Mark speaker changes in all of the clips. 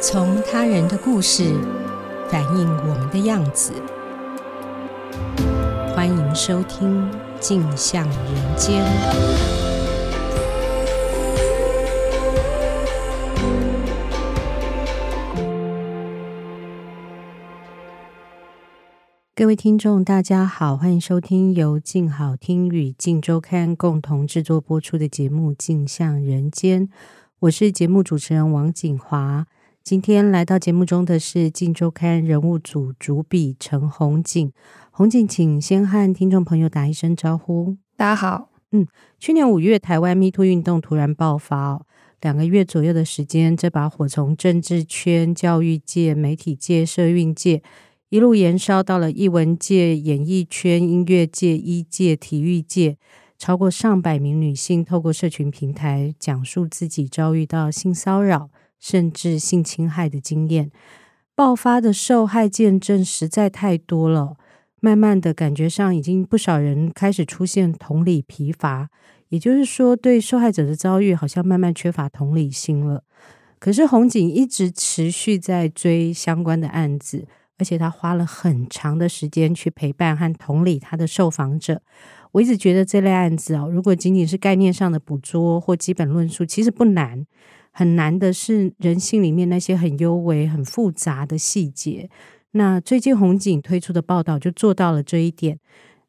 Speaker 1: 从他人的故事反映我们的样子。欢迎收听《镜像人间》。各位听众，大家好，欢迎收听由静好听与静周刊共同制作播出的节目《镜像人间》，我是节目主持人王景华。今天来到节目中的是《静周刊》人物组主笔陈红景。红景，请先和听众朋友打一声招呼。嗯
Speaker 2: 大家好，
Speaker 1: 去年五月，台湾 Me Too 运动突然爆发哦，两个月左右的时间，这把火从政治圈、教育界、媒体界、社运界一路延烧到了艺文界、演艺圈、音乐界、医界、体育界。超过上百名女性透过社群平台讲述自己遭遇到性骚扰甚至性侵害的经验，爆发的受害见证实在太多了。慢慢的感觉上，已经不少人开始出现同理疲乏，也就是说，对受害者的遭遇好像慢慢缺乏同理心了。可是红警一直持续在追相关的案子，而且他花了很长的时间去陪伴和同理他的受访者。我一直觉得这类案子哦，如果仅仅是概念上的捕捉或基本论述，其实不难。很难的是人性里面那些很幽微、很复杂的细节。那最近红警推出的报道就做到了这一点。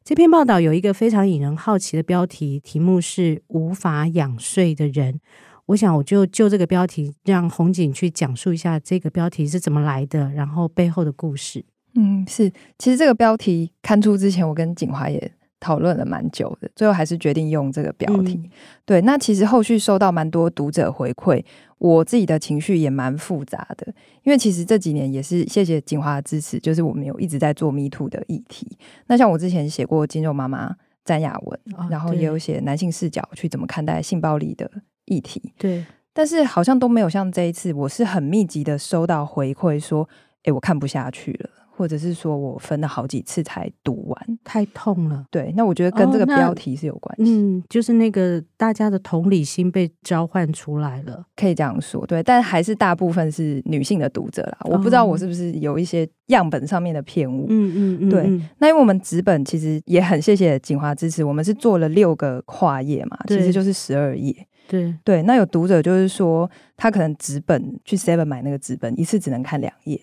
Speaker 1: 这篇报道有一个非常引人好奇的标题，题目是“无法仰睡的人”。我想，我就就这个标题，让红警去讲述一下这个标题是怎么来的，然后背后的故事。
Speaker 2: 嗯，是，其实这个标题刊出之前，我跟景华也讨论了蛮久的，最后还是决定用这个标题。
Speaker 1: 嗯
Speaker 2: 对，那其实后续收到蛮多读者回馈，我自己的情绪也蛮复杂的，因为其实这几年也是谢谢景华的支持，就是我们有一直在做 Me Too 的议题。那像我之前写过《肌肉妈妈》詹雅文，
Speaker 1: 哦
Speaker 2: 然后
Speaker 1: 对
Speaker 2: 也有写男性视角去怎么看待性暴力的议题。
Speaker 1: 对，
Speaker 2: 但是好像都没有像这一次，我是很密集的收到回馈说，诶，我看不下去了，或者是说我分了好几次才读完。
Speaker 1: 太痛了。
Speaker 2: 对，那我觉得跟这
Speaker 1: 哦
Speaker 2: 个
Speaker 1: 那
Speaker 2: 标题是有关系，
Speaker 1: 嗯，就是那个大家的同理心被召唤出来了。
Speaker 2: 可以这样说。对，但还是大部分是女性的读者啦，我不知道
Speaker 1: 哦
Speaker 2: 我是不是有一些样本上面的偏误。
Speaker 1: 嗯嗯嗯，
Speaker 2: 对
Speaker 1: 嗯
Speaker 2: 那因为我们纸本其实也很谢谢锦华支持，我们是做了六个跨页嘛，其
Speaker 1: 对
Speaker 2: 实就是十二页。
Speaker 1: 对，
Speaker 2: 对，那有读者就是说，他可能纸本去 Seven 买那个纸本，一次只能看两页，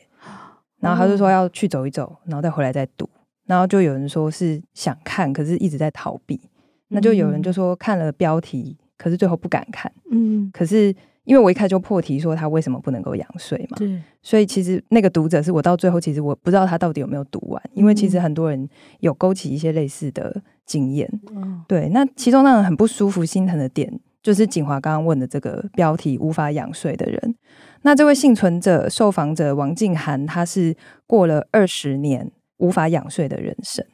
Speaker 2: 然后他就说要去走一走，然后再回来再读。然后就有人说是想看，可是一直在逃避。那就有人就说看了标题，可是最后不敢看。
Speaker 1: 嗯，
Speaker 2: 可是因为我一开始就破题说他为什么不能够仰睡嘛，
Speaker 1: 对，
Speaker 2: 所以其实那个读者是我到最后其实我不知道他到底有没有读完，因为其实
Speaker 1: 嗯
Speaker 2: 很多人有勾起一些类似的经验。
Speaker 1: 哦，
Speaker 2: 对，那其中让人很不舒服、心疼的点，就是景华刚刚问的这个标题“无法仰睡的人”。那这位幸存者、受访者王静涵，他是过了二十年无法仰睡的人生。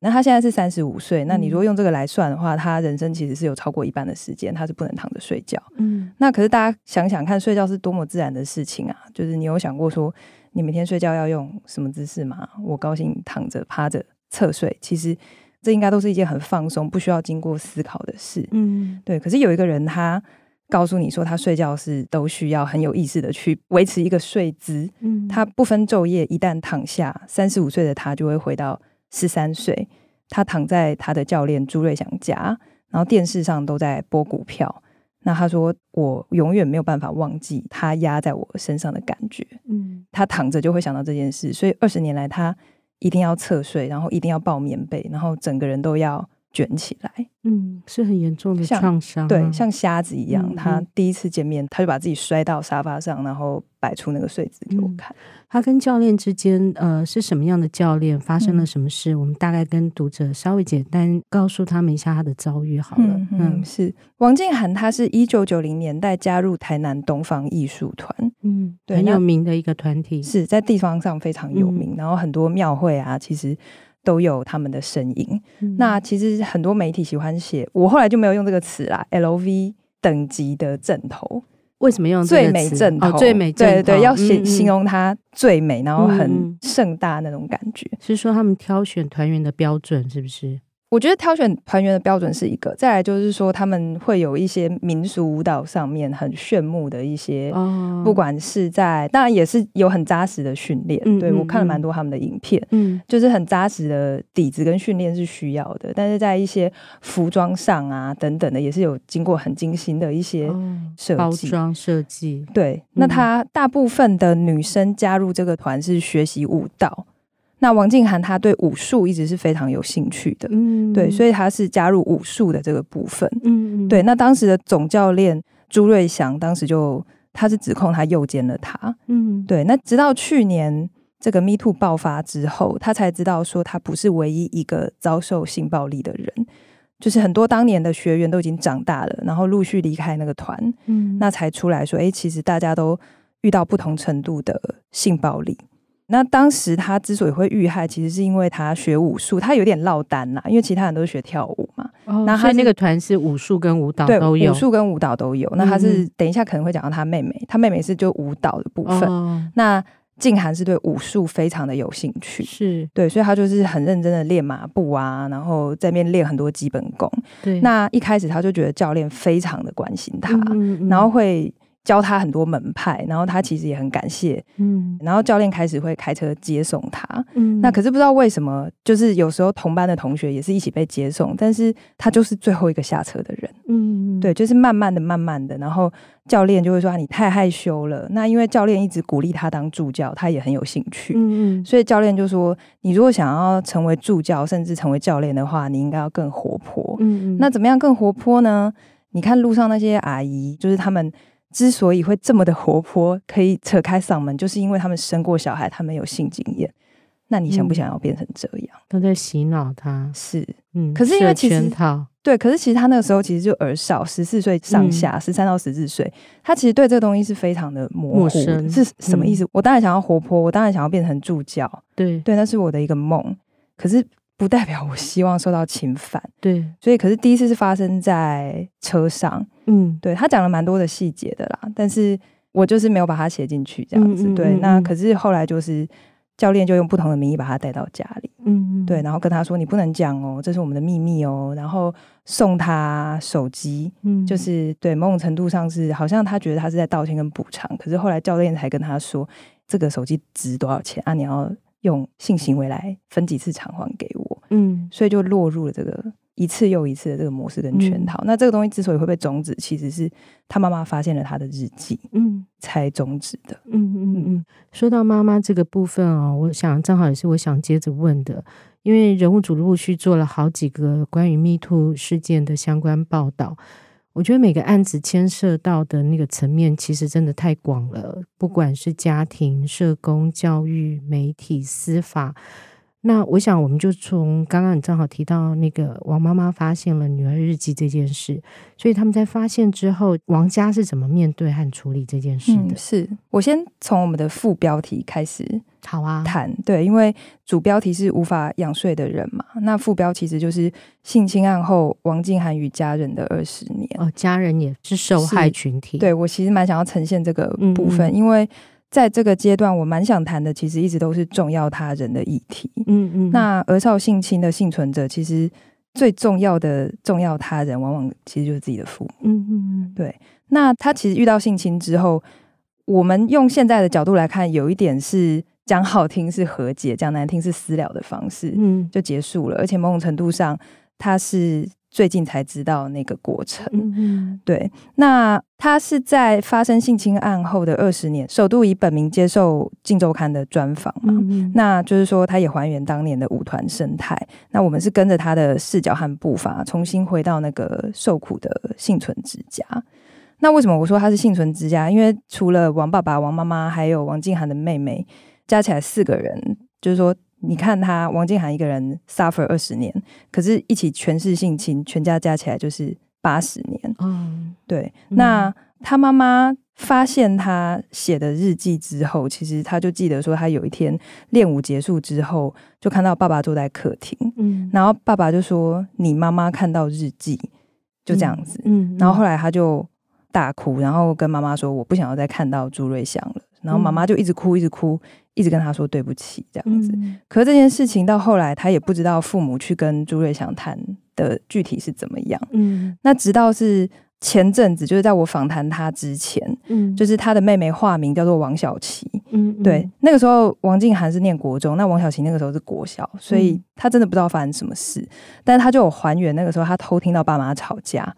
Speaker 2: 那他现在是三十五岁，那你如果用这个来算的话，他人生其实是有超过一半的时间，他是不能躺着睡觉。
Speaker 1: 嗯，
Speaker 2: 那可是大家想想看，睡觉是多么自然的事情啊！就是你有想过说，你每天睡觉要用什么姿势吗？我高兴躺着、趴着、侧睡，其实这应该都是一件很放松、不需要经过思考的事。
Speaker 1: 嗯，
Speaker 2: 对，可是有一个人他告诉你说，他睡觉是都需要很有意识的去维持一个睡姿，
Speaker 1: 嗯，
Speaker 2: 他不分昼夜，一旦躺下，三十五岁的他就会回到十三岁。他躺在他的教练朱瑞祥家，然后电视上都在播股票。那他说：“我永远没有办法忘记他压在我身上的感觉。
Speaker 1: 嗯，
Speaker 2: 他躺着就会想到这件事，所以二十年来，他一定要侧睡，然后一定要抱棉被，然后整个人都要卷起来，
Speaker 1: 嗯，是很严重的
Speaker 2: 像
Speaker 1: 创伤啊，
Speaker 2: 对，像瞎子一样。
Speaker 1: 嗯
Speaker 2: 他
Speaker 1: 嗯
Speaker 2: 第一次见面，他就把自己摔到沙发上，然后摆出那个睡姿给我
Speaker 1: 嗯
Speaker 2: 看。
Speaker 1: 他跟教练之间，呃，是什么样的教练，发生了
Speaker 2: 嗯
Speaker 1: 什么事？我们大概跟读者稍微简单告诉他们一下他的遭遇好了
Speaker 2: 嗯。
Speaker 1: 嗯
Speaker 2: 嗯，是王静涵，她是一九九零年代加入台南东方艺术团，
Speaker 1: 嗯，
Speaker 2: 对
Speaker 1: 很
Speaker 2: 那
Speaker 1: 有名的一个团体，
Speaker 2: 是在地方上非常有
Speaker 1: 嗯
Speaker 2: 名，然后很多庙会啊，其实都有他们的身影。
Speaker 1: 嗯
Speaker 2: 那其实很多媒体喜欢写，我后来就没有用这个词啦，LV。等级的枕头，
Speaker 1: 为什么用这
Speaker 2: 最
Speaker 1: 个
Speaker 2: 美
Speaker 1: 词
Speaker 2: 枕头，
Speaker 1: 哦，最美嗯正
Speaker 2: 对对对，要哦
Speaker 1: 形
Speaker 2: 形形容它最美，然后
Speaker 1: 嗯嗯
Speaker 2: 很盛大那种感觉。
Speaker 1: 是说他们挑选团员的标准是不是？
Speaker 2: 我觉得挑选团员的标准是一个，再来就是说他们会有一些民俗舞蹈上面很炫目的一些，
Speaker 1: 哦
Speaker 2: 不管是在当然也是有很扎实的训练。
Speaker 1: 嗯
Speaker 2: 对
Speaker 1: 嗯
Speaker 2: 我看
Speaker 1: 嗯
Speaker 2: 了蛮多他们的影片，
Speaker 1: 嗯
Speaker 2: 就是很扎实的底子跟训练是需要的，但是在一些服装上啊等等的，也是有经过很精心的一些
Speaker 1: 哦
Speaker 2: 设
Speaker 1: 包
Speaker 2: 计。
Speaker 1: 装设计，
Speaker 2: 对，那
Speaker 1: 嗯
Speaker 2: 她大部分的女生加入这个团是学习舞蹈。那王静涵她对武术一直是非常有兴趣的，
Speaker 1: 嗯
Speaker 2: 对，所
Speaker 1: 以
Speaker 2: 以她是加入武术的这个部分。
Speaker 1: 嗯嗯
Speaker 2: 对，那当时的总教练朱瑞祥当时就他是指控他诱奸了她。
Speaker 1: 嗯
Speaker 2: 对，那直到去年这个 Me Too 爆发之后，他才知道说他不是唯一一个遭受性暴力的人，就是很多当年的学员都已经长大了，然后陆续离开那个团，
Speaker 1: 嗯
Speaker 2: 那才出来说，诶，其实大家都遇到不同程度的性暴力。那当时他之所以会遇害，其实是因为他学武术，他有点落单啦，因为其他人都是学跳舞嘛，
Speaker 1: 哦
Speaker 2: 那
Speaker 1: 所
Speaker 2: 他
Speaker 1: 以那
Speaker 2: 是
Speaker 1: 个团是武术跟舞蹈
Speaker 2: 对，
Speaker 1: 都有
Speaker 2: 武术跟舞蹈都有。那他
Speaker 1: 嗯
Speaker 2: 是、等一下可能会讲到他妹妹，他妹妹是就舞蹈的部分。
Speaker 1: 哦
Speaker 2: 那静涵是对武术非常的有兴趣，
Speaker 1: 是
Speaker 2: 对，所以他就是很认真的练马步啊，然后在那边练很多基本功。
Speaker 1: 对
Speaker 2: 那一开始他就觉得教练非常的关心他，
Speaker 1: 嗯嗯嗯
Speaker 2: 然后会教他很多门派，然后他其实也很感谢。
Speaker 1: 嗯
Speaker 2: 然后教练开始会开车接送他，
Speaker 1: 嗯
Speaker 2: 那可是不知道为什么，就是有时候同班的同学也是一起被接送，但是他就是最后一个下车的人。
Speaker 1: 嗯嗯
Speaker 2: 对，就是慢慢的、慢慢的，然后教练就会说、啊、你太害羞了。那因为教练一直鼓励他当助教，他也很有兴趣，
Speaker 1: 嗯嗯
Speaker 2: 所以教练就说，你如果想要成为助教，甚至成为教练的话，你应该要更活泼。
Speaker 1: 嗯嗯
Speaker 2: 那怎么样更活泼呢？你看路上那些阿姨，就是他们之所以会这么的活泼，可以扯开嗓门，就是因为他们生过小孩，他们有性经验。那你想不
Speaker 1: 嗯
Speaker 2: 想要变成这样？
Speaker 1: 都在洗脑他，
Speaker 2: 是
Speaker 1: 嗯，
Speaker 2: 可是因为
Speaker 1: 设
Speaker 2: 其实
Speaker 1: 圈套，
Speaker 2: 对，可是其实他那个时候其实就儿少，十四岁
Speaker 1: 嗯
Speaker 2: 上下，十三、到十四岁，他其实对这个东西是非常的模
Speaker 1: 陌
Speaker 2: 糊的，
Speaker 1: 生嗯
Speaker 2: 是什么意思？我当然想要活泼，我当然想要变成助教，
Speaker 1: 对
Speaker 2: 对，那是我的一个梦，可是不代表我希望受到侵犯，
Speaker 1: 对，
Speaker 2: 所以可是第一次是发生在车上，
Speaker 1: 嗯
Speaker 2: 对他讲了蛮多的细节的啦，但是我就是没有把它写进去这样子，
Speaker 1: 嗯嗯
Speaker 2: 对，
Speaker 1: 嗯
Speaker 2: 那
Speaker 1: 嗯
Speaker 2: 可是后来就是教练就用不同的名义把他带到家里。
Speaker 1: 嗯，
Speaker 2: 对，然后跟他说你不能讲哦，这是我们的秘密哦，然后送他手机，
Speaker 1: 嗯
Speaker 2: 就是对某种程度上是好像他觉得他是在道歉跟补偿，可是后来教练才跟他说这个手机值多少钱啊，你要用性行为来分几次偿还给我，
Speaker 1: 嗯
Speaker 2: 所以就落入了这个。一次又一次的这个模式跟
Speaker 1: 嗯
Speaker 2: 圈套，那这个东西之所以会被终止，其实是他妈妈发现了他的日记
Speaker 1: 嗯
Speaker 2: 才终止的。
Speaker 1: 嗯嗯嗯嗯，说到妈妈这个部分哦，我想正好也是我想接着问的，因为人物组陆续做了好几个关于 Me Too 事件的相关报道。我觉得每个案子牵涉到的那个层面，其实真的太广了，不管是家庭、社工、教育、媒体、司法。那我想，我们就从刚刚你正好提到那个王妈妈发现了女儿日记这件事，所以他们在发现之后，王家是怎么面对和处理这件事的？
Speaker 2: 是我先从我们的副标题开始
Speaker 1: 好啊，
Speaker 2: 谈，对，因为主标题是无法仰睡的人嘛，那副标其实就是性侵案后王静涵与家人的二十年。
Speaker 1: 哦，家人也是受害
Speaker 2: 是
Speaker 1: 群体，，
Speaker 2: 对我其实蛮想要呈现这个部分，
Speaker 1: 嗯
Speaker 2: 因为在这个阶段，我蛮想谈的，其实一直都是重要他人的议题。
Speaker 1: 嗯嗯，
Speaker 2: 那儿少性侵的幸存者，其实最重要的重要他人，往往其实就是自己的父母。
Speaker 1: 嗯嗯嗯，
Speaker 2: 那他其实遇到性侵之后，我们用现在的角度来看，有一点是讲好听是和解，讲难听是私了的方式。
Speaker 1: 嗯
Speaker 2: 就结束了，而且某种程度上，他是最近才知道那个过程。
Speaker 1: 嗯嗯
Speaker 2: 对，那他是在发生性侵案后的二十年，首度以本名接受《镜周刊》的专访嘛。
Speaker 1: 嗯，
Speaker 2: 那就是说，他也还原当年的舞团生态。那我们是跟着他的视角和步伐，重新回到那个受苦的幸存之家。那为什么我说他是幸存之家？因为除了王爸爸、王妈妈，还有王静涵的妹妹，加起来四个人，就是说，你看他王静涵一个人 suffer 二十年，可是一起全是性侵，全家加起来就是八十年。
Speaker 1: 嗯
Speaker 2: 对，
Speaker 1: 嗯
Speaker 2: 那他妈妈发现他写的日记之后，其实他就记得说，他有一天练舞结束之后，就看到爸爸坐在客厅，
Speaker 1: 嗯，
Speaker 2: 然后爸爸就说：“你妈妈看到日记。”就这样子，
Speaker 1: 嗯，
Speaker 2: 然后后来他就大哭，然后跟妈妈说：“我不想要再看到朱瑞祥了。”然后妈妈就一直哭，一直哭，一直跟他说对不起这样子。
Speaker 1: 嗯
Speaker 2: 可是这件事情到后来，他也不知道父母去跟朱瑞祥谈的具体是怎么样。
Speaker 1: 嗯
Speaker 2: 那直到是前阵子，就是在我访谈他之前，
Speaker 1: 嗯，
Speaker 2: 就是他的妹妹化名叫做王小琪。
Speaker 1: 嗯
Speaker 2: 对，，那个时候王静涵是念国中，那王小琪那个时候是国小，所以
Speaker 1: 嗯
Speaker 2: 他真的不知道发生什么事，但是他就有还原那个时候他偷听到爸妈吵架，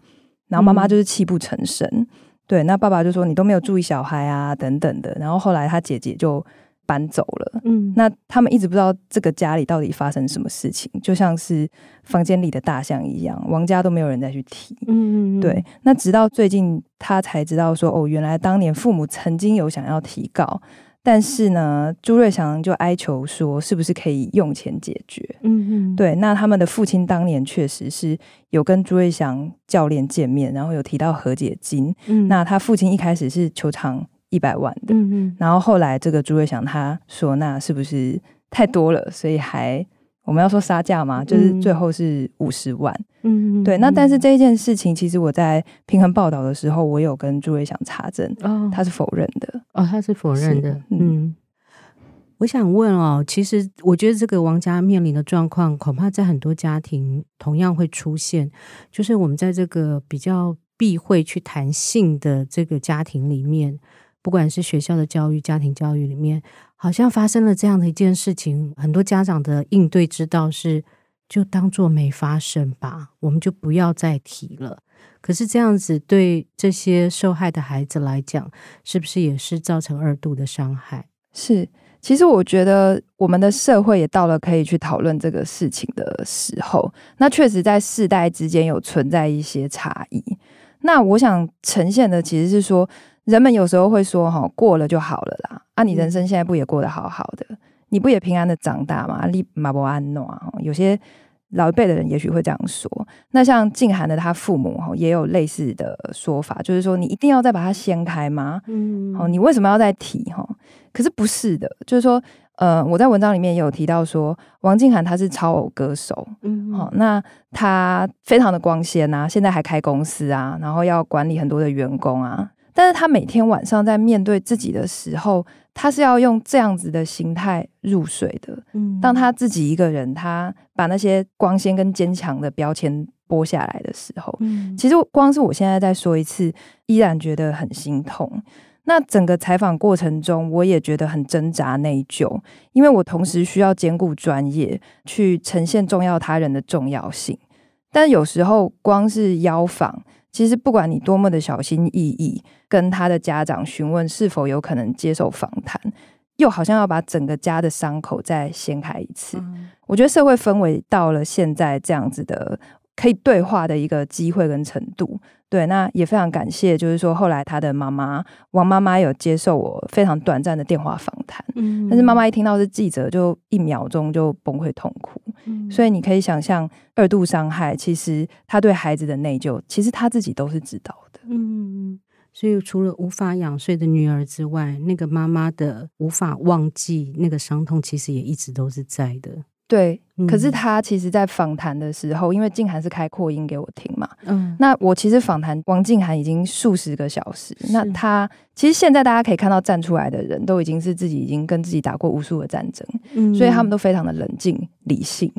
Speaker 2: 然后妈
Speaker 1: 嗯
Speaker 2: 妈就是泣不成声。对，那爸爸就说你都没有注意小孩啊，等等的。然后后来他姐姐就搬走了，
Speaker 1: 嗯
Speaker 2: 那他们一直不知道这个家里到底发生什么事情，就像是房间里的大象一样，王家都没有人再去提。
Speaker 1: 嗯嗯嗯
Speaker 2: 对，那直到最近他才知道说，哦，原来当年父母曾经有想要提告，但是呢，朱瑞祥就哀求说，是不是可以用钱解决？
Speaker 1: 嗯嗯
Speaker 2: 对，那他们的父亲当年确实是有跟朱瑞祥教练见面，然后有提到和解金。
Speaker 1: 嗯
Speaker 2: 那他父亲一开始是求偿一百万的，
Speaker 1: 嗯嗯
Speaker 2: 然后后来这个朱瑞祥他说，那是不是太多了？所以还我们要说杀价吗？就是
Speaker 1: 嗯
Speaker 2: 最后是五十万。
Speaker 1: 嗯嗯
Speaker 2: 对，那但是
Speaker 1: 嗯
Speaker 2: 这一件事情，其实我在平衡报道的时候，我有跟朱瑞祥查证，
Speaker 1: 哦
Speaker 2: 他是否认的。
Speaker 1: 哦，他是否认的
Speaker 2: 是。嗯
Speaker 1: 嗯，我想问哦，其实我觉得这个王家面临的状况，恐怕在很多家庭同样会出现，就是我们在这个比较避讳去谈性的这个家庭里面，不管是学校的教育、家庭教育里面，好像发生了这样的一件事情，很多家长的应对之道是。就当做没发生吧，我们就不要再提了。可是这样子对这些受害的孩子来讲，是不是也是造成二度的伤害？
Speaker 2: 是，其实我觉得我们的社会也到了可以去讨论这个事情的时候。那确实在世代之间有存在一些差异。那我想呈现的其实是说，人们有时候会说哈，过了就好了啦。啊，你人生现在不也过得好好的？你不也平安的长大吗？啊你马不安诺啊，有些老一辈的人也许会这样说。那像静涵的他父母哈，也有类似的说法，就是说你一定要再把它掀开吗？
Speaker 1: 嗯
Speaker 2: 哦，你为什么要再提哈、哦？可是不是的，就是说，呃，我在文章里面也有提到说，王静涵她是超偶歌手，
Speaker 1: 嗯
Speaker 2: 哦，那她非常的光鲜啊，现在还开公司啊，然后要管理很多的员工啊，但是她每天晚上在面对自己的时候，她是要用这样子的心态入睡的。
Speaker 1: 嗯
Speaker 2: 当她自己一个人，她把那些光鲜跟坚强的标签剥下来的时候，
Speaker 1: 嗯
Speaker 2: 其实光是我现在再说一次，依然觉得很心痛。那整个采访过程中，我也觉得很挣扎、内疚，因为我同时需要兼顾专业，去呈现重要他人的重要性。但有时候，光是邀访，其实不管你多么的小心翼翼，跟他的家长询问是否有可能接受访谈，又好像要把整个家的伤口再掀开一
Speaker 1: 嗯
Speaker 2: 次。我觉得社会氛围到了现在这样子的可以对话的一个机会跟程度，对，那也非常感谢，就是说后来他的妈妈王妈妈有接受我非常短暂的电话访谈，
Speaker 1: 嗯
Speaker 2: 但是妈，妈一听到是记者，就一秒钟就崩溃痛哭，
Speaker 1: 嗯
Speaker 2: 所以你可以想象二度伤害，其实他对孩子的内疚，其实他自己都是知道的，
Speaker 1: 嗯，所以除了无法仰睡的女儿之外，那个妈妈的无法忘记那个伤痛，其实也一直都是在的。
Speaker 2: 对。可是
Speaker 1: 嗯
Speaker 2: 他其实，在访谈的时候，因为静涵是开扩音给我听嘛，
Speaker 1: 嗯
Speaker 2: 那我其实访谈王静涵已经数十个小时，
Speaker 1: 是
Speaker 2: 那他其实现在大家可以看到站出来的人都已经是自己已经跟自己打过无数的战争，
Speaker 1: 嗯
Speaker 2: 所以他们都非常的冷静理性，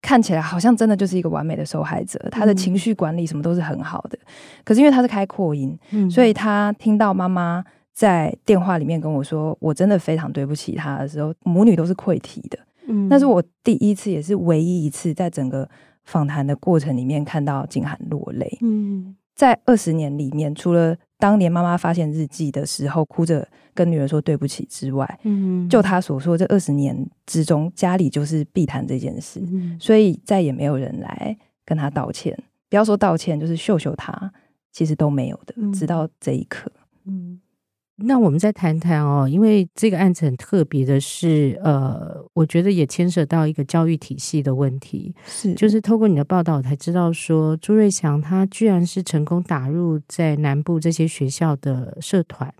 Speaker 2: 看起来好像真的就是一个完美的受害者，他的
Speaker 1: 嗯
Speaker 2: 情绪管理什么都是很好的。可是因为他是开扩音，
Speaker 1: 都
Speaker 2: 所以他听到妈妈在电话里面跟我说“我真的非常对不起他”的时候，母女都是溃体的。
Speaker 1: 嗯
Speaker 2: 那是我第一次，也是唯一一次在整个访谈的过程里面看到静涵落泪。
Speaker 1: 嗯
Speaker 2: 在二十年里面，除了当年妈妈发现日记的时候哭着跟女儿说对不起之外，
Speaker 1: 嗯
Speaker 2: 就他所说，这二十年之中，家里就是避谈这件事，
Speaker 1: 嗯
Speaker 2: 所以再也没有人来跟他道歉。不要说道歉，就是秀秀他，其实都没有的
Speaker 1: 嗯，
Speaker 2: 直到这一刻。
Speaker 1: 嗯，那我们再谈谈哦，因为这个案子很特别的是，呃，我觉得也牵涉到一个教育体系的问题。
Speaker 2: 是
Speaker 1: 就是透过你的报道，我才知道说朱瑞祥他居然是成功打入在南部这些学校的社团。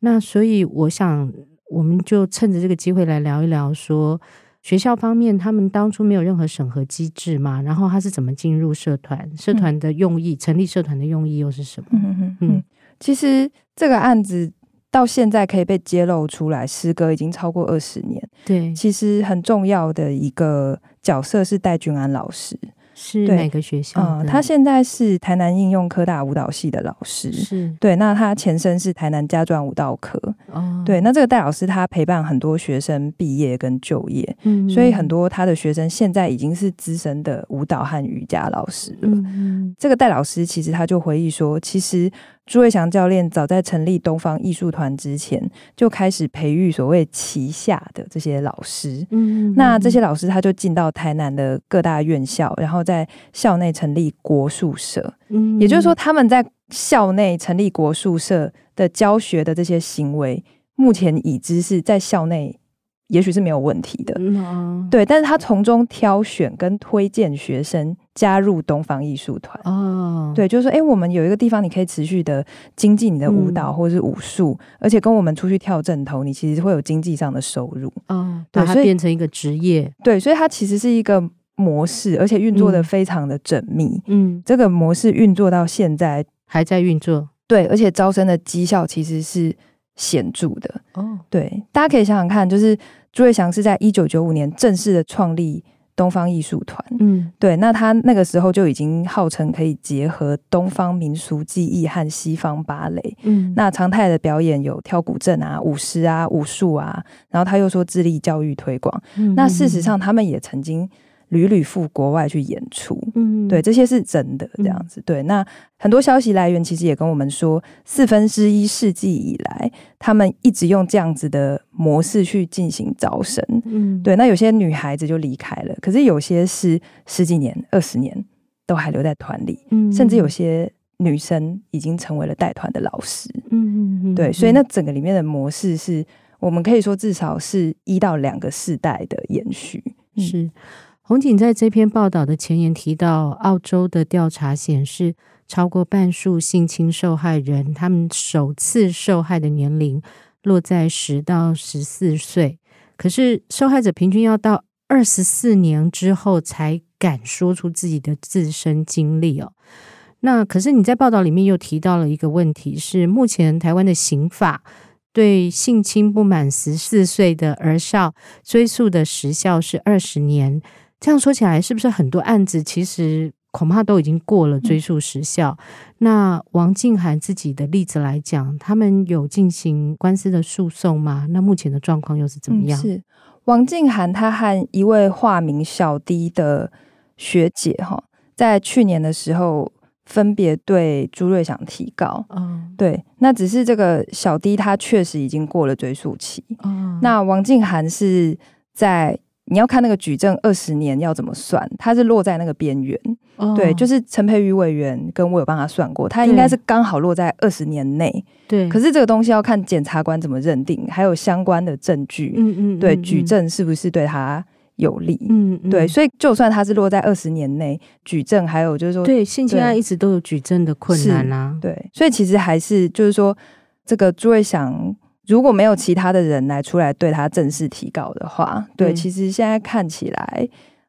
Speaker 1: 那所以我想，我们就趁着这个机会来聊一聊说。学校方面，他们当初没有任何审核机制嘛？然后他是怎么进入社团？
Speaker 2: 嗯
Speaker 1: 社团的用意，成立社团的用意又是什么？
Speaker 2: 嗯嗯嗯
Speaker 1: 嗯
Speaker 2: 嗯，其实这个案子。到现在可以被揭露出来，时隔已经超过二十年。
Speaker 1: 对，
Speaker 2: 其实很重要的一个角色是戴君安老师，
Speaker 1: 是
Speaker 2: 对
Speaker 1: 每个学校
Speaker 2: 嗯，
Speaker 1: 的，
Speaker 2: 他现在是台南应用科大舞蹈系的老师。
Speaker 1: 是
Speaker 2: 对，那他前身是台南家专舞蹈科。
Speaker 1: 哦，
Speaker 2: 对，那这个戴老师他陪伴很多学生毕业跟就业，
Speaker 1: 嗯，
Speaker 2: 所以很多他的学生现在已经是资深的舞蹈和瑜伽老师了。
Speaker 1: 嗯，嗯
Speaker 2: 这个戴老师其实他就回忆说，其实朱卫祥教练早在成立东方艺术团之前，就开始培育所谓旗下的这些老师。
Speaker 1: 嗯，嗯
Speaker 2: 那这
Speaker 1: 嗯
Speaker 2: 些老师他就进到台南的各大院校，然后在校内成立国术社，
Speaker 1: 嗯
Speaker 2: 也就是说，他们在校内成立国术社的教学的这些行为，目前已知是在校内也许是没有问题的。
Speaker 1: 嗯哦
Speaker 2: 对，但是他从中挑选跟推荐学生加入东方艺术团。
Speaker 1: 哦，
Speaker 2: 对，就是说，哎、我们有一个地方你可以持续的经济你的舞蹈
Speaker 1: 嗯
Speaker 2: 或是武术，而且跟我们出去跳正头，你其实会有经济上的收入。
Speaker 1: 哦，
Speaker 2: 对
Speaker 1: 把它
Speaker 2: 所以
Speaker 1: 变成一个职业，
Speaker 2: 对，所以它其实是一个模式，而且运作的
Speaker 1: 嗯
Speaker 2: 非常的缜密。
Speaker 1: 嗯，
Speaker 2: 这个模式运作到现在，
Speaker 1: 还在运作
Speaker 2: 对，而且招生的绩效其实是显著的。
Speaker 1: 哦，
Speaker 2: 对，大家可以想想看，就是朱瑞祥是在一九九五年正式的创立东方艺术团。
Speaker 1: 嗯
Speaker 2: 对，那他那个时候就已经号称可以结合东方民俗技艺和西方芭蕾，
Speaker 1: 嗯，
Speaker 2: 那常态的表演有跳古镇啊、舞狮啊、武术啊，然后他又说致力教育推广。
Speaker 1: 嗯
Speaker 2: 那事实，上，他们也曾经屡屡赴国外去演出。
Speaker 1: 嗯，嗯
Speaker 2: 对，，这些是真的，这样子。对，那很多消息来源其实也跟我们说，四分之一世纪以来，他们一直用这样子的模式去进行招生。
Speaker 1: 嗯，
Speaker 2: 对，那有些女孩子就离开了，可是有些是十几年、二十年都还留在团里，
Speaker 1: 嗯，
Speaker 2: 甚至有些女生已经成为了带团的老师。
Speaker 1: 嗯，嗯嗯，
Speaker 2: 对，
Speaker 1: 嗯
Speaker 2: 所以那，整个里面的模式是我们可以说至少是一到两个世代的延续。嗯
Speaker 1: 是红警在这篇报道的前言提到，澳洲的调查显示，超过半数性侵受害人，他们首次受害的年龄落在十到十四岁，可是受害者平均要到二十四年之后才敢说出自己的自身经历哦。那可是你在报道里面又提到了一个问题，是目前台湾的刑法对性侵不满十四岁的儿少追诉的时效是二十年。这样说起来，是不是很多案子其实恐怕都已经过了追诉时效？那王静涵自己的例子来讲，他们有进行官司的诉讼吗？那目前的状况又是怎么样？
Speaker 2: 嗯、是王静涵，她和一位化名小迪的学姐哈，在去年的时候分别对朱瑞祥提告。
Speaker 1: 哦
Speaker 2: 对，那只是这个小迪她确实已经过了追诉期。
Speaker 1: 哦，
Speaker 2: 那王静涵是在你要看那个举证二十年要怎么算，她是落在那个边缘。
Speaker 1: 哦
Speaker 2: 对，就是陈培宇委员跟我有帮他算过，他
Speaker 1: 对
Speaker 2: 应该是刚好落在二十年内。
Speaker 1: 对，
Speaker 2: 可
Speaker 1: 是
Speaker 2: 是这个东西要看检察官怎么认定，还有相关的证据。
Speaker 1: 嗯嗯，
Speaker 2: 对
Speaker 1: 嗯
Speaker 2: 举，证是不是对他有利？
Speaker 1: 嗯嗯，
Speaker 2: 对，
Speaker 1: 嗯
Speaker 2: 所以就算他是落在二十年内举证，还有就是说，
Speaker 1: 对性侵案
Speaker 2: 对
Speaker 1: 一直都有举证的困
Speaker 2: 是
Speaker 1: 难啊。
Speaker 2: 对所以其实还是就是说，这个朱瑞祥如果没有其他的人来出来对他正式提告的话，对，
Speaker 1: 嗯
Speaker 2: 其实现在看起来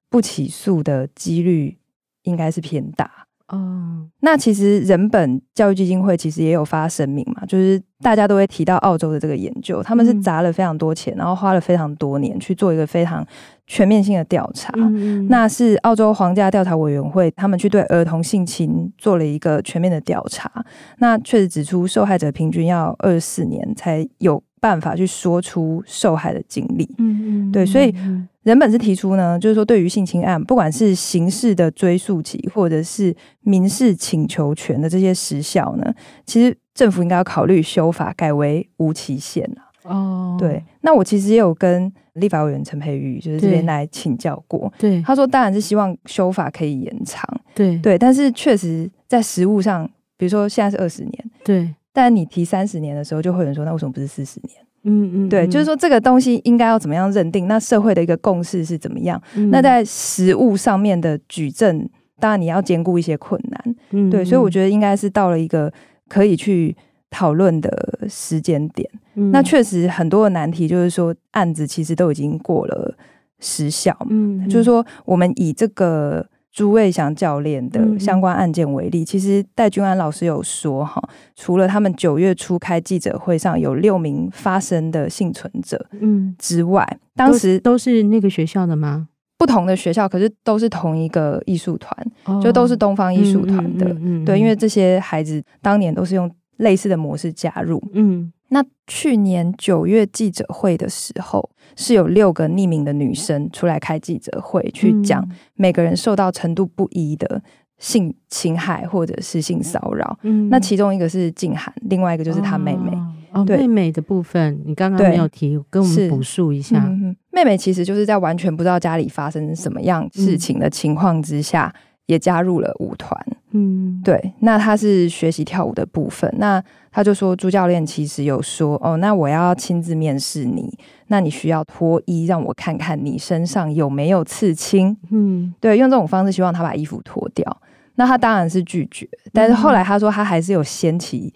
Speaker 2: 不起诉的几率应该是偏大。
Speaker 1: 哦，
Speaker 2: 那其实人本教育基金会其实也有发声明嘛，就是大家都会提到澳洲的这个研究，他们是
Speaker 1: 嗯
Speaker 2: 砸了非常多钱，然后花了非常多年去做一个非常全面性的调查。
Speaker 1: 嗯嗯
Speaker 2: 那是澳洲皇家调查委员会，他们去对儿童性侵做了一个全面的调查。那确实指出，受害者平均要二十四年才有办法去说出受害的经历。
Speaker 1: 嗯嗯，
Speaker 2: 对所以
Speaker 1: 嗯
Speaker 2: 人本是提出呢，就是说对于性侵案，不管是刑事的追诉期，或者是民事请求权的这些时效呢，其实政府应该要考虑修法，改为无期限啊。
Speaker 1: 嗯哦，
Speaker 2: 对，那我其实也有跟立法委员陈佩瑜就是这
Speaker 1: 对
Speaker 2: 边来请教过，
Speaker 1: 对
Speaker 2: 他说当然是希望修法可以延长，
Speaker 1: 对
Speaker 2: 对，但是确实在实务上，比如说现在是二十年，
Speaker 1: 对，
Speaker 2: 但你提三十年的时候，就会有人说那为什么不是四十年？
Speaker 1: 嗯嗯，
Speaker 2: 对，
Speaker 1: 嗯
Speaker 2: 就是，说这个东西应该要怎么样认定？那社会的一个共识是怎么样？
Speaker 1: 嗯
Speaker 2: 那在实物上面的举证，当然你要兼顾一些困难，
Speaker 1: 嗯
Speaker 2: 对，所以我
Speaker 1: 得
Speaker 2: 觉得应该是到了一个可以去讨论的时间点。
Speaker 1: 嗯
Speaker 2: 那，确实很多的难题就是说，案子其实都已经过了时效嘛，
Speaker 1: 嗯嗯，
Speaker 2: 就是说我们以这个朱卫祥教练
Speaker 1: 嗯
Speaker 2: 的
Speaker 1: 嗯
Speaker 2: 相关案件为例，其实戴君安老师有说哈，除了他们九月初开记者会上有六名发生的幸存者
Speaker 1: 嗯，
Speaker 2: 之外，当时
Speaker 1: 都是那个学校的吗？
Speaker 2: 不同的学校可是都是同一个艺术团，
Speaker 1: 哦
Speaker 2: 就都是东方艺术团的。
Speaker 1: 嗯嗯嗯嗯
Speaker 2: 对，因为这些孩子当年都是用类似的模式加入。
Speaker 1: 嗯
Speaker 2: 那去年九月记者会的时候，是有六个匿名的女生出来开记者会，
Speaker 1: 嗯
Speaker 2: 去讲每个人受到程度不一的性侵害或者是性骚扰。
Speaker 1: 嗯
Speaker 2: 那其中一个是静涵，另外一个就是她妹嗯妹。
Speaker 1: 哦，哦
Speaker 2: 对
Speaker 1: 妹妹的部分，你刚刚
Speaker 2: 对
Speaker 1: 没有提，跟我们
Speaker 2: 是
Speaker 1: 补述一下。
Speaker 2: 嗯，妹妹其实就是在完全不知道家里发生什么样事情的情况之下，也加入了舞团。
Speaker 1: 嗯，
Speaker 2: 对，那他是学习跳舞的部分。那他就说，朱教练其实有说，哦，那我要亲自面试你，那你需要脱衣让我看看你身上有没有刺青。
Speaker 1: 嗯，
Speaker 2: 对，用这种方式希望他把衣服脱掉。那他当然是拒绝，但是
Speaker 1: 嗯
Speaker 2: 后来他说他还是有掀起。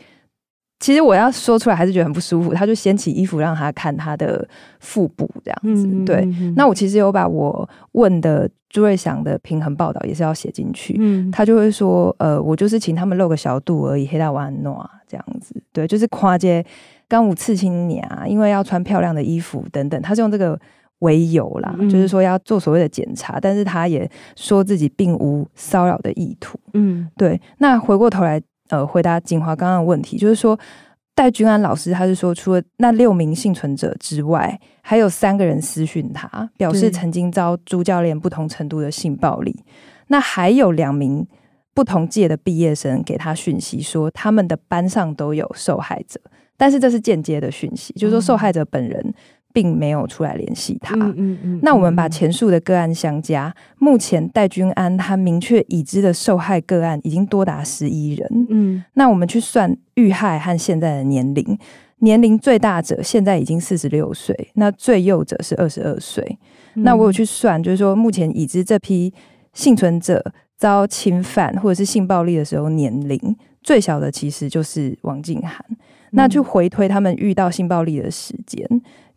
Speaker 2: 其实我要说出来还是觉得很不舒服，他就掀起衣服让他看他的腹部这样子。
Speaker 1: 嗯，
Speaker 2: 对，
Speaker 1: 嗯，
Speaker 2: 那我其实有把我问的朱瑞祥的平衡报道也是要写进去，
Speaker 1: 嗯，
Speaker 2: 他就会说，呃，我就是请他们露个小肚而已，黑大碗暖啊这样子，对，就是夸街刚舞刺青你啊，因为要穿漂亮的衣服等等，他是用这个为由啦，
Speaker 1: 嗯
Speaker 2: 就是说要做所谓的检查，但是他也说自己并无骚扰的意图，
Speaker 1: 嗯
Speaker 2: 对。那回过头来，呃，回答锦华刚刚的问题，就是说。戴君安老师，他是说，除了那六名幸存者之外，还有三个人私讯他，表
Speaker 1: 对
Speaker 2: 示曾经遭朱教练不同程度的性暴力。那还有两名不同届的毕业生给他讯息说，他们的班上都有受害者，但是这是间接的讯息，就是说受害者本人并没有出来联系他。
Speaker 1: 哦嗯嗯嗯，
Speaker 2: 那我们把
Speaker 1: 嗯
Speaker 2: 前述的个案相加，目前戴君安他明确已知的受害个案已经多达十一人。
Speaker 1: 嗯
Speaker 2: 那我们去算遇害和现在的年龄，年龄最大者现在已经四十六岁，那最幼者是二十二岁。
Speaker 1: 嗯
Speaker 2: 那我有去算，就是说目前已知这批幸存者遭侵犯或者是性暴力的时候，年龄最小的其实就是王静涵。那
Speaker 1: 嗯
Speaker 2: 去回推他们遇到性暴力的时间，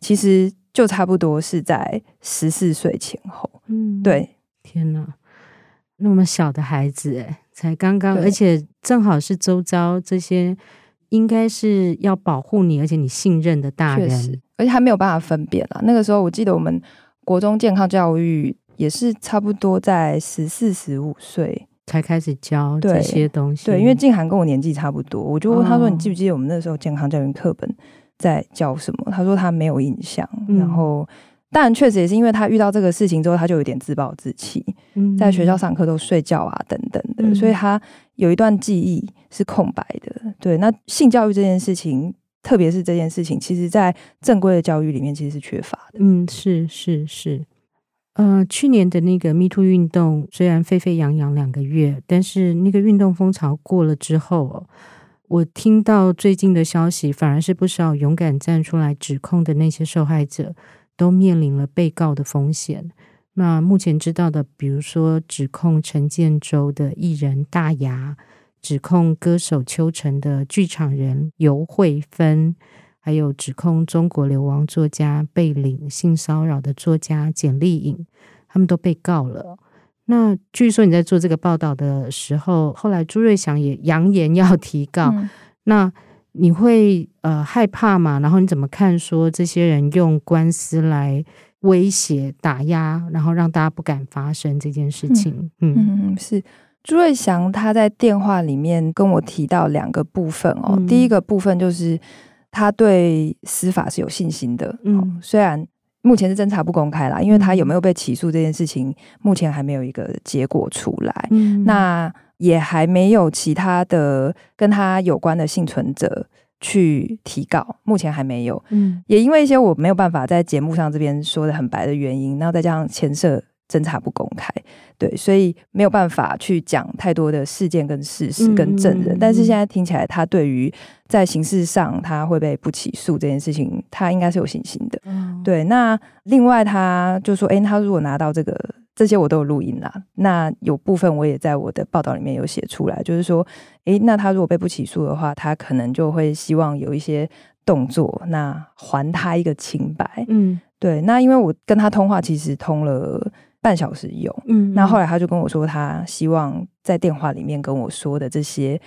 Speaker 2: 其实就差不多是在十四岁前后。
Speaker 1: 嗯，
Speaker 2: 对，
Speaker 1: 天哪，那么小的孩子哎，才刚刚，
Speaker 2: 对
Speaker 1: 而且正好是周遭这些应该是要保护你，而且你信任的大
Speaker 2: 确实
Speaker 1: 人，，
Speaker 2: 而且还没有办法分辨啦。那个时候，我记得我们国中健康教育也是差不多在十四、十五岁。
Speaker 1: 才开始教
Speaker 2: 对
Speaker 1: 这些东西。
Speaker 2: 对，因为静涵跟我年纪差不多，我就问他说：“
Speaker 1: 哦
Speaker 2: 你记不记得我们那时候健康教育课本在教什么？”他说他没有印象。
Speaker 1: 嗯
Speaker 2: 然后，当然确实也是因为他遇到这个事情之后，他就有点自暴自弃，
Speaker 1: 嗯
Speaker 2: 在学校上课都睡觉啊等等的，
Speaker 1: 嗯
Speaker 2: 所以他有一段记忆是空白的。对，那性教育这件事情，特别是这件事情，其实在正规的教育里面其实是缺乏的。
Speaker 1: 嗯，是是是，呃，去年的那个 Me Too 运动虽然沸沸扬扬两个月，但是那个运动风潮过了之后哦，我听到最近的消息，反而是不少勇敢站出来指控的那些受害者，都面临了被告的风险。那目前知道的，比如说指控陈建州的艺人大牙，指控歌手邱晨的剧场人尤慧芬，还有指控中国流亡作家被领性骚扰的作家简丽颖，他们都被告了。那据说你在做这个报道的时候，后来朱瑞祥也扬言要提告，
Speaker 2: 嗯
Speaker 1: 那你会呃害怕吗？然后你怎么看说这些人用官司来威胁、打压，然后让大家不敢发生这件事情？嗯
Speaker 2: 嗯，嗯是朱瑞祥他在电话里面跟我提到两个部分哦，
Speaker 1: 嗯
Speaker 2: 第一个部分就是他对司法是有信心的，嗯、
Speaker 1: 嗯
Speaker 2: 虽然。目前是侦查不公开啦，因为他有没有被起诉这件事情，目前还没有一个结果出来。
Speaker 1: 嗯
Speaker 2: 那也还没有其他的跟他有关的幸存者去提告，目前还没有。
Speaker 1: 嗯
Speaker 2: 也因为一些我没有办法在节目上这边说的很白的原因，然后再加上前设侦查不公开，对，所以没有办法去讲太多的事件跟事实
Speaker 1: 嗯
Speaker 2: 跟证人。
Speaker 1: 嗯
Speaker 2: 但是现在听起来，他对于在刑事上他会被不起诉这件事情，他应该是有信心的。
Speaker 1: 嗯，
Speaker 2: 对，那另外他就说，诶，他如果拿到这个，这些我都有录音啦。那有部分我也在我的报道里面有写出来，就是说，诶，那他如果被不起诉的话，他可能就会希望有一些动作，那还他一个清白。
Speaker 1: 嗯
Speaker 2: 对，那因为我跟他通话其实通了半小时有。
Speaker 1: 嗯
Speaker 2: 那后来他就跟我说，他希望在电话里面跟我说的这些，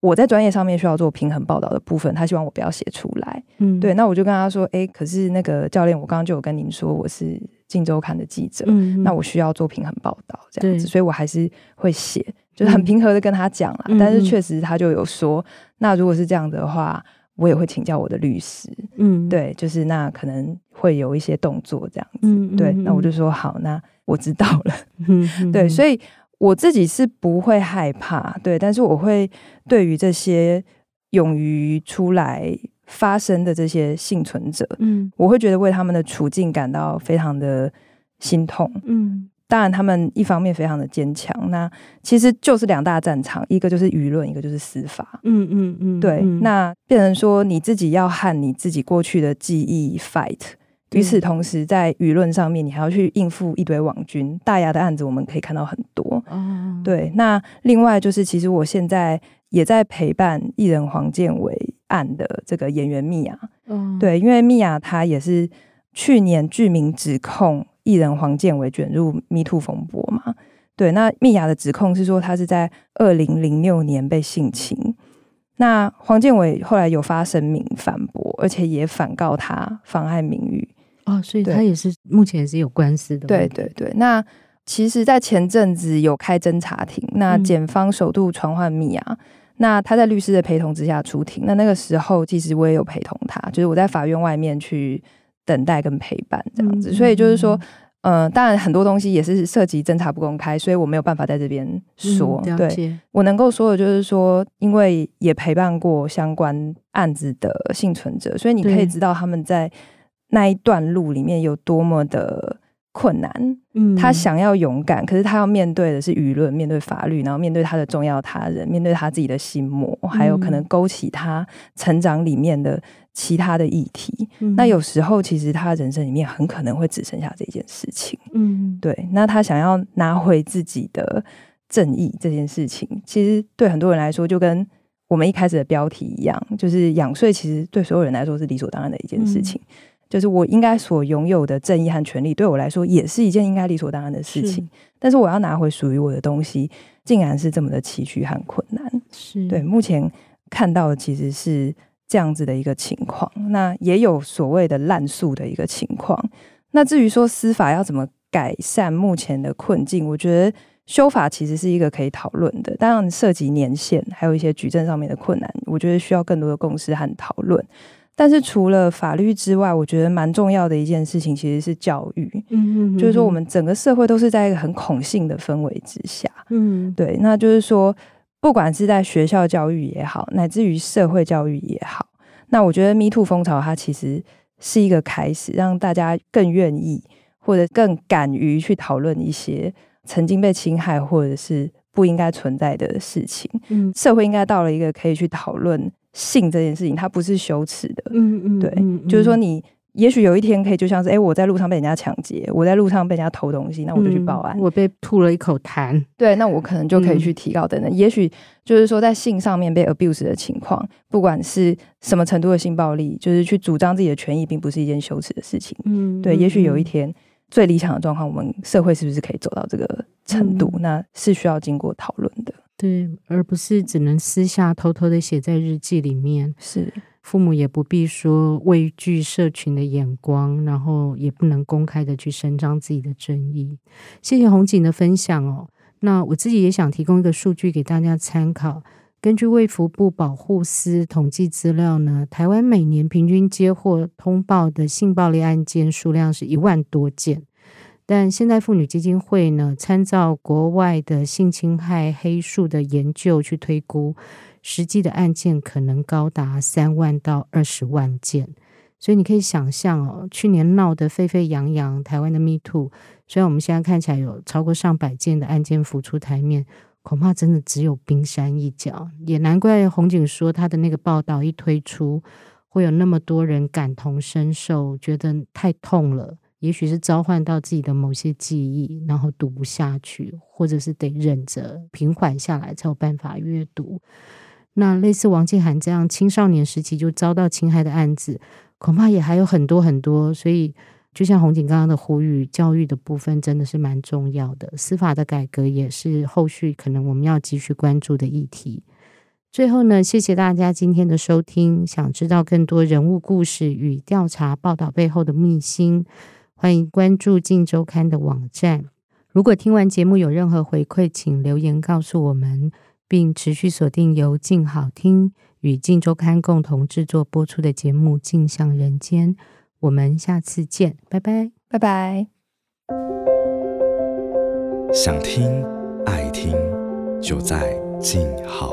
Speaker 2: 我在专业上面需要做平衡报道的部分，他希望我不要写出来。
Speaker 1: 嗯
Speaker 2: 对，，那我就跟他说，诶，可是那个教练，我刚刚就有跟您说，我是《镜周刊》的记者，
Speaker 1: 嗯
Speaker 2: 那我需要做平衡报道这样子，
Speaker 1: 对
Speaker 2: 所以我还是会写，就是很平和的跟他讲啦。
Speaker 1: 嗯
Speaker 2: 但是
Speaker 1: 嗯
Speaker 2: 确实他就有说，那如果是这样的话，我也会请教我的律师，
Speaker 1: 嗯，
Speaker 2: 对，就是那可能会有一些动作这样子，
Speaker 1: 嗯，嗯嗯
Speaker 2: 对，那我就说好，那我知道了。对，
Speaker 1: 以
Speaker 2: 所以我自己是不会害怕，对，但是我会对于这些勇于出来发声的这些幸存者，
Speaker 1: 嗯
Speaker 2: 我会觉得为他们的处境感到非常的心痛。
Speaker 1: 嗯
Speaker 2: 当然，他们一方面非常的坚强，那其实就是两大战场，一个就是舆论，一个就是司法。
Speaker 1: 嗯嗯嗯，
Speaker 2: 对，
Speaker 1: 嗯
Speaker 2: 那变成说你自己要和你自己过去的记忆 fight。
Speaker 1: 对
Speaker 2: 与此同时，在舆论上面，你还要去应付一堆网军。大牙的案子我们可以看到很多，
Speaker 1: 哦，
Speaker 2: 对，那另外就是，其实我现在也在陪伴艺人黄建伟案的这个演员蜜雅。
Speaker 1: 哦，
Speaker 2: 对，因为蜜雅她也是去年剧名指控艺人黄建伟卷入 Me Too 风波嘛。对，那蜜雅的指控是说她是在二零零六年被性侵。那黄建伟后来有发声明反驳，而且也反告他妨害名誉。
Speaker 1: 哦，所以
Speaker 2: 对
Speaker 1: 他也是目前也是有官司的，
Speaker 2: 对，对对，那其实，在前阵子有开侦查庭，那
Speaker 1: 嗯
Speaker 2: 检方首度传唤米娅，那他在律师的陪同之下出庭。那那个时候，其实我也有陪同他，就是我在法院外面去等待跟陪伴这样子。
Speaker 1: 嗯
Speaker 2: 所以就是说，呃，当然很多东西也是涉及侦查不公开，所以我没有办法在这边说。
Speaker 1: 嗯了
Speaker 2: 对
Speaker 1: 解，
Speaker 2: 我能够说的就是说，因为也陪伴过相关案子的幸存者，所以你可
Speaker 1: 对
Speaker 2: 以知道他们在那一段路里面有多么的困难。
Speaker 1: 嗯，
Speaker 2: 他想要勇敢，可是他要面对的是舆论，面对法律，然后面对他的重要他人，面对他自己的心魔，还有
Speaker 1: 嗯
Speaker 2: 可能勾起他成长里面的其他的议题。
Speaker 1: 嗯，
Speaker 2: 那有时候其实他人生里面很可能会只剩下这件事情。
Speaker 1: 嗯，
Speaker 2: 对，那他想要拿回自己的正义这件事情，其实对很多人来说，就跟我们一开始的标题一样，就是仰睡，其实对所有人来说是理所当然的一件事情。就是我应该所拥有的正义和权利，对我来说也是一件应该理所当然的事情。但是我要拿回属于我的东西，竟然是这么的崎岖和困难。
Speaker 1: 是，
Speaker 2: 对，目前看到的其实是这样子的一个情况。那也有所谓的滥诉的一个情况。那至于说司法要怎么改善目前的困境，我觉得修法其实是一个可以讨论的，当然涉及年限，还有一些举证上面的困难，我觉得需要更多的共识和讨论。但是除了法律之外，我觉得蛮重要的一件事情其实是教育，
Speaker 1: 嗯，嗯嗯，
Speaker 2: 就是说我们整个社会都是在一个很恐性的氛围之下，
Speaker 1: 嗯，
Speaker 2: 对，那就是说，不管是在学校教育也好，乃至于社会教育也好，那我觉得 Me Too 风潮它其实是一个开始，让大家更愿意或者更敢于去讨论一些曾经被侵害或者是不应该存在的事情。
Speaker 1: 嗯
Speaker 2: 社会应该到了一个可以去讨论性这件事情，它不是羞耻的，
Speaker 1: 嗯嗯，
Speaker 2: 对
Speaker 1: 嗯
Speaker 2: 就是说，你。也许有一天可以，就像是哎、诶我在路上被人家抢劫，我在路上被人家偷东西，那我就去
Speaker 1: 嗯
Speaker 2: 报案。
Speaker 1: 我被吐了一口痰，
Speaker 2: 对，那我可能就可以
Speaker 1: 嗯
Speaker 2: 去提高等等。也许就是说，在性上面被 abuse 的情况，不管是什么程度的性暴力，就是去主张自己的权益，并不是一件羞耻的事情。
Speaker 1: 嗯，
Speaker 2: 对，
Speaker 1: 嗯
Speaker 2: 也许有
Speaker 1: 嗯
Speaker 2: 一天最理想的状况，我们社会是不是可以走到这个程度？
Speaker 1: 嗯
Speaker 2: 那是需要经过讨论的。
Speaker 1: 对，而不是只能私下偷偷的写在日记里面。
Speaker 2: 是，
Speaker 1: 父母也不必说畏惧社群的眼光，然后也不能公开的去伸张自己的正义。谢谢红警的分享哦。那我自己也想提供一个数据给大家参考。根据卫福部保护司统计资料呢，台湾每年平均接获通报的性暴力案件数量是一万多件。但现代妇女基金会呢，参照国外的性侵害黑数的研究去推估，实际的案件可能高达三万到二十万件。所以你可以想象哦，去年闹得沸沸扬扬，台湾的 Me Too，虽然我们现在看起来有超过上百件的案件浮出台面，恐怕真的只有冰山一角。也难怪红警说他的那个报道一推出，会有那么多人感同身受，觉得太痛了。也许是召唤到自己的某些记忆，然后读不下去，或者是得忍着平缓下来才有办法阅读。那类似王静涵这样青少年时期就遭到侵害的案子，恐怕也还有很多很多。所以就像红警刚刚的呼吁，教育的部分真的是蛮重要的，司法的改革也是后续可能我们要继续关注的议题。最后呢，谢谢大家今天的收听。想知道更多人物故事与调查报道背后的秘辛，欢迎关注《镜周刊》的网站。如果听完节目有任何回馈，请留言告诉我们，并持续锁定由“静好听”与《镜周刊》共同制作播出的节目《镜向人间》。我们下次见，拜拜。
Speaker 2: 拜拜。
Speaker 3: 想听爱听，就在静好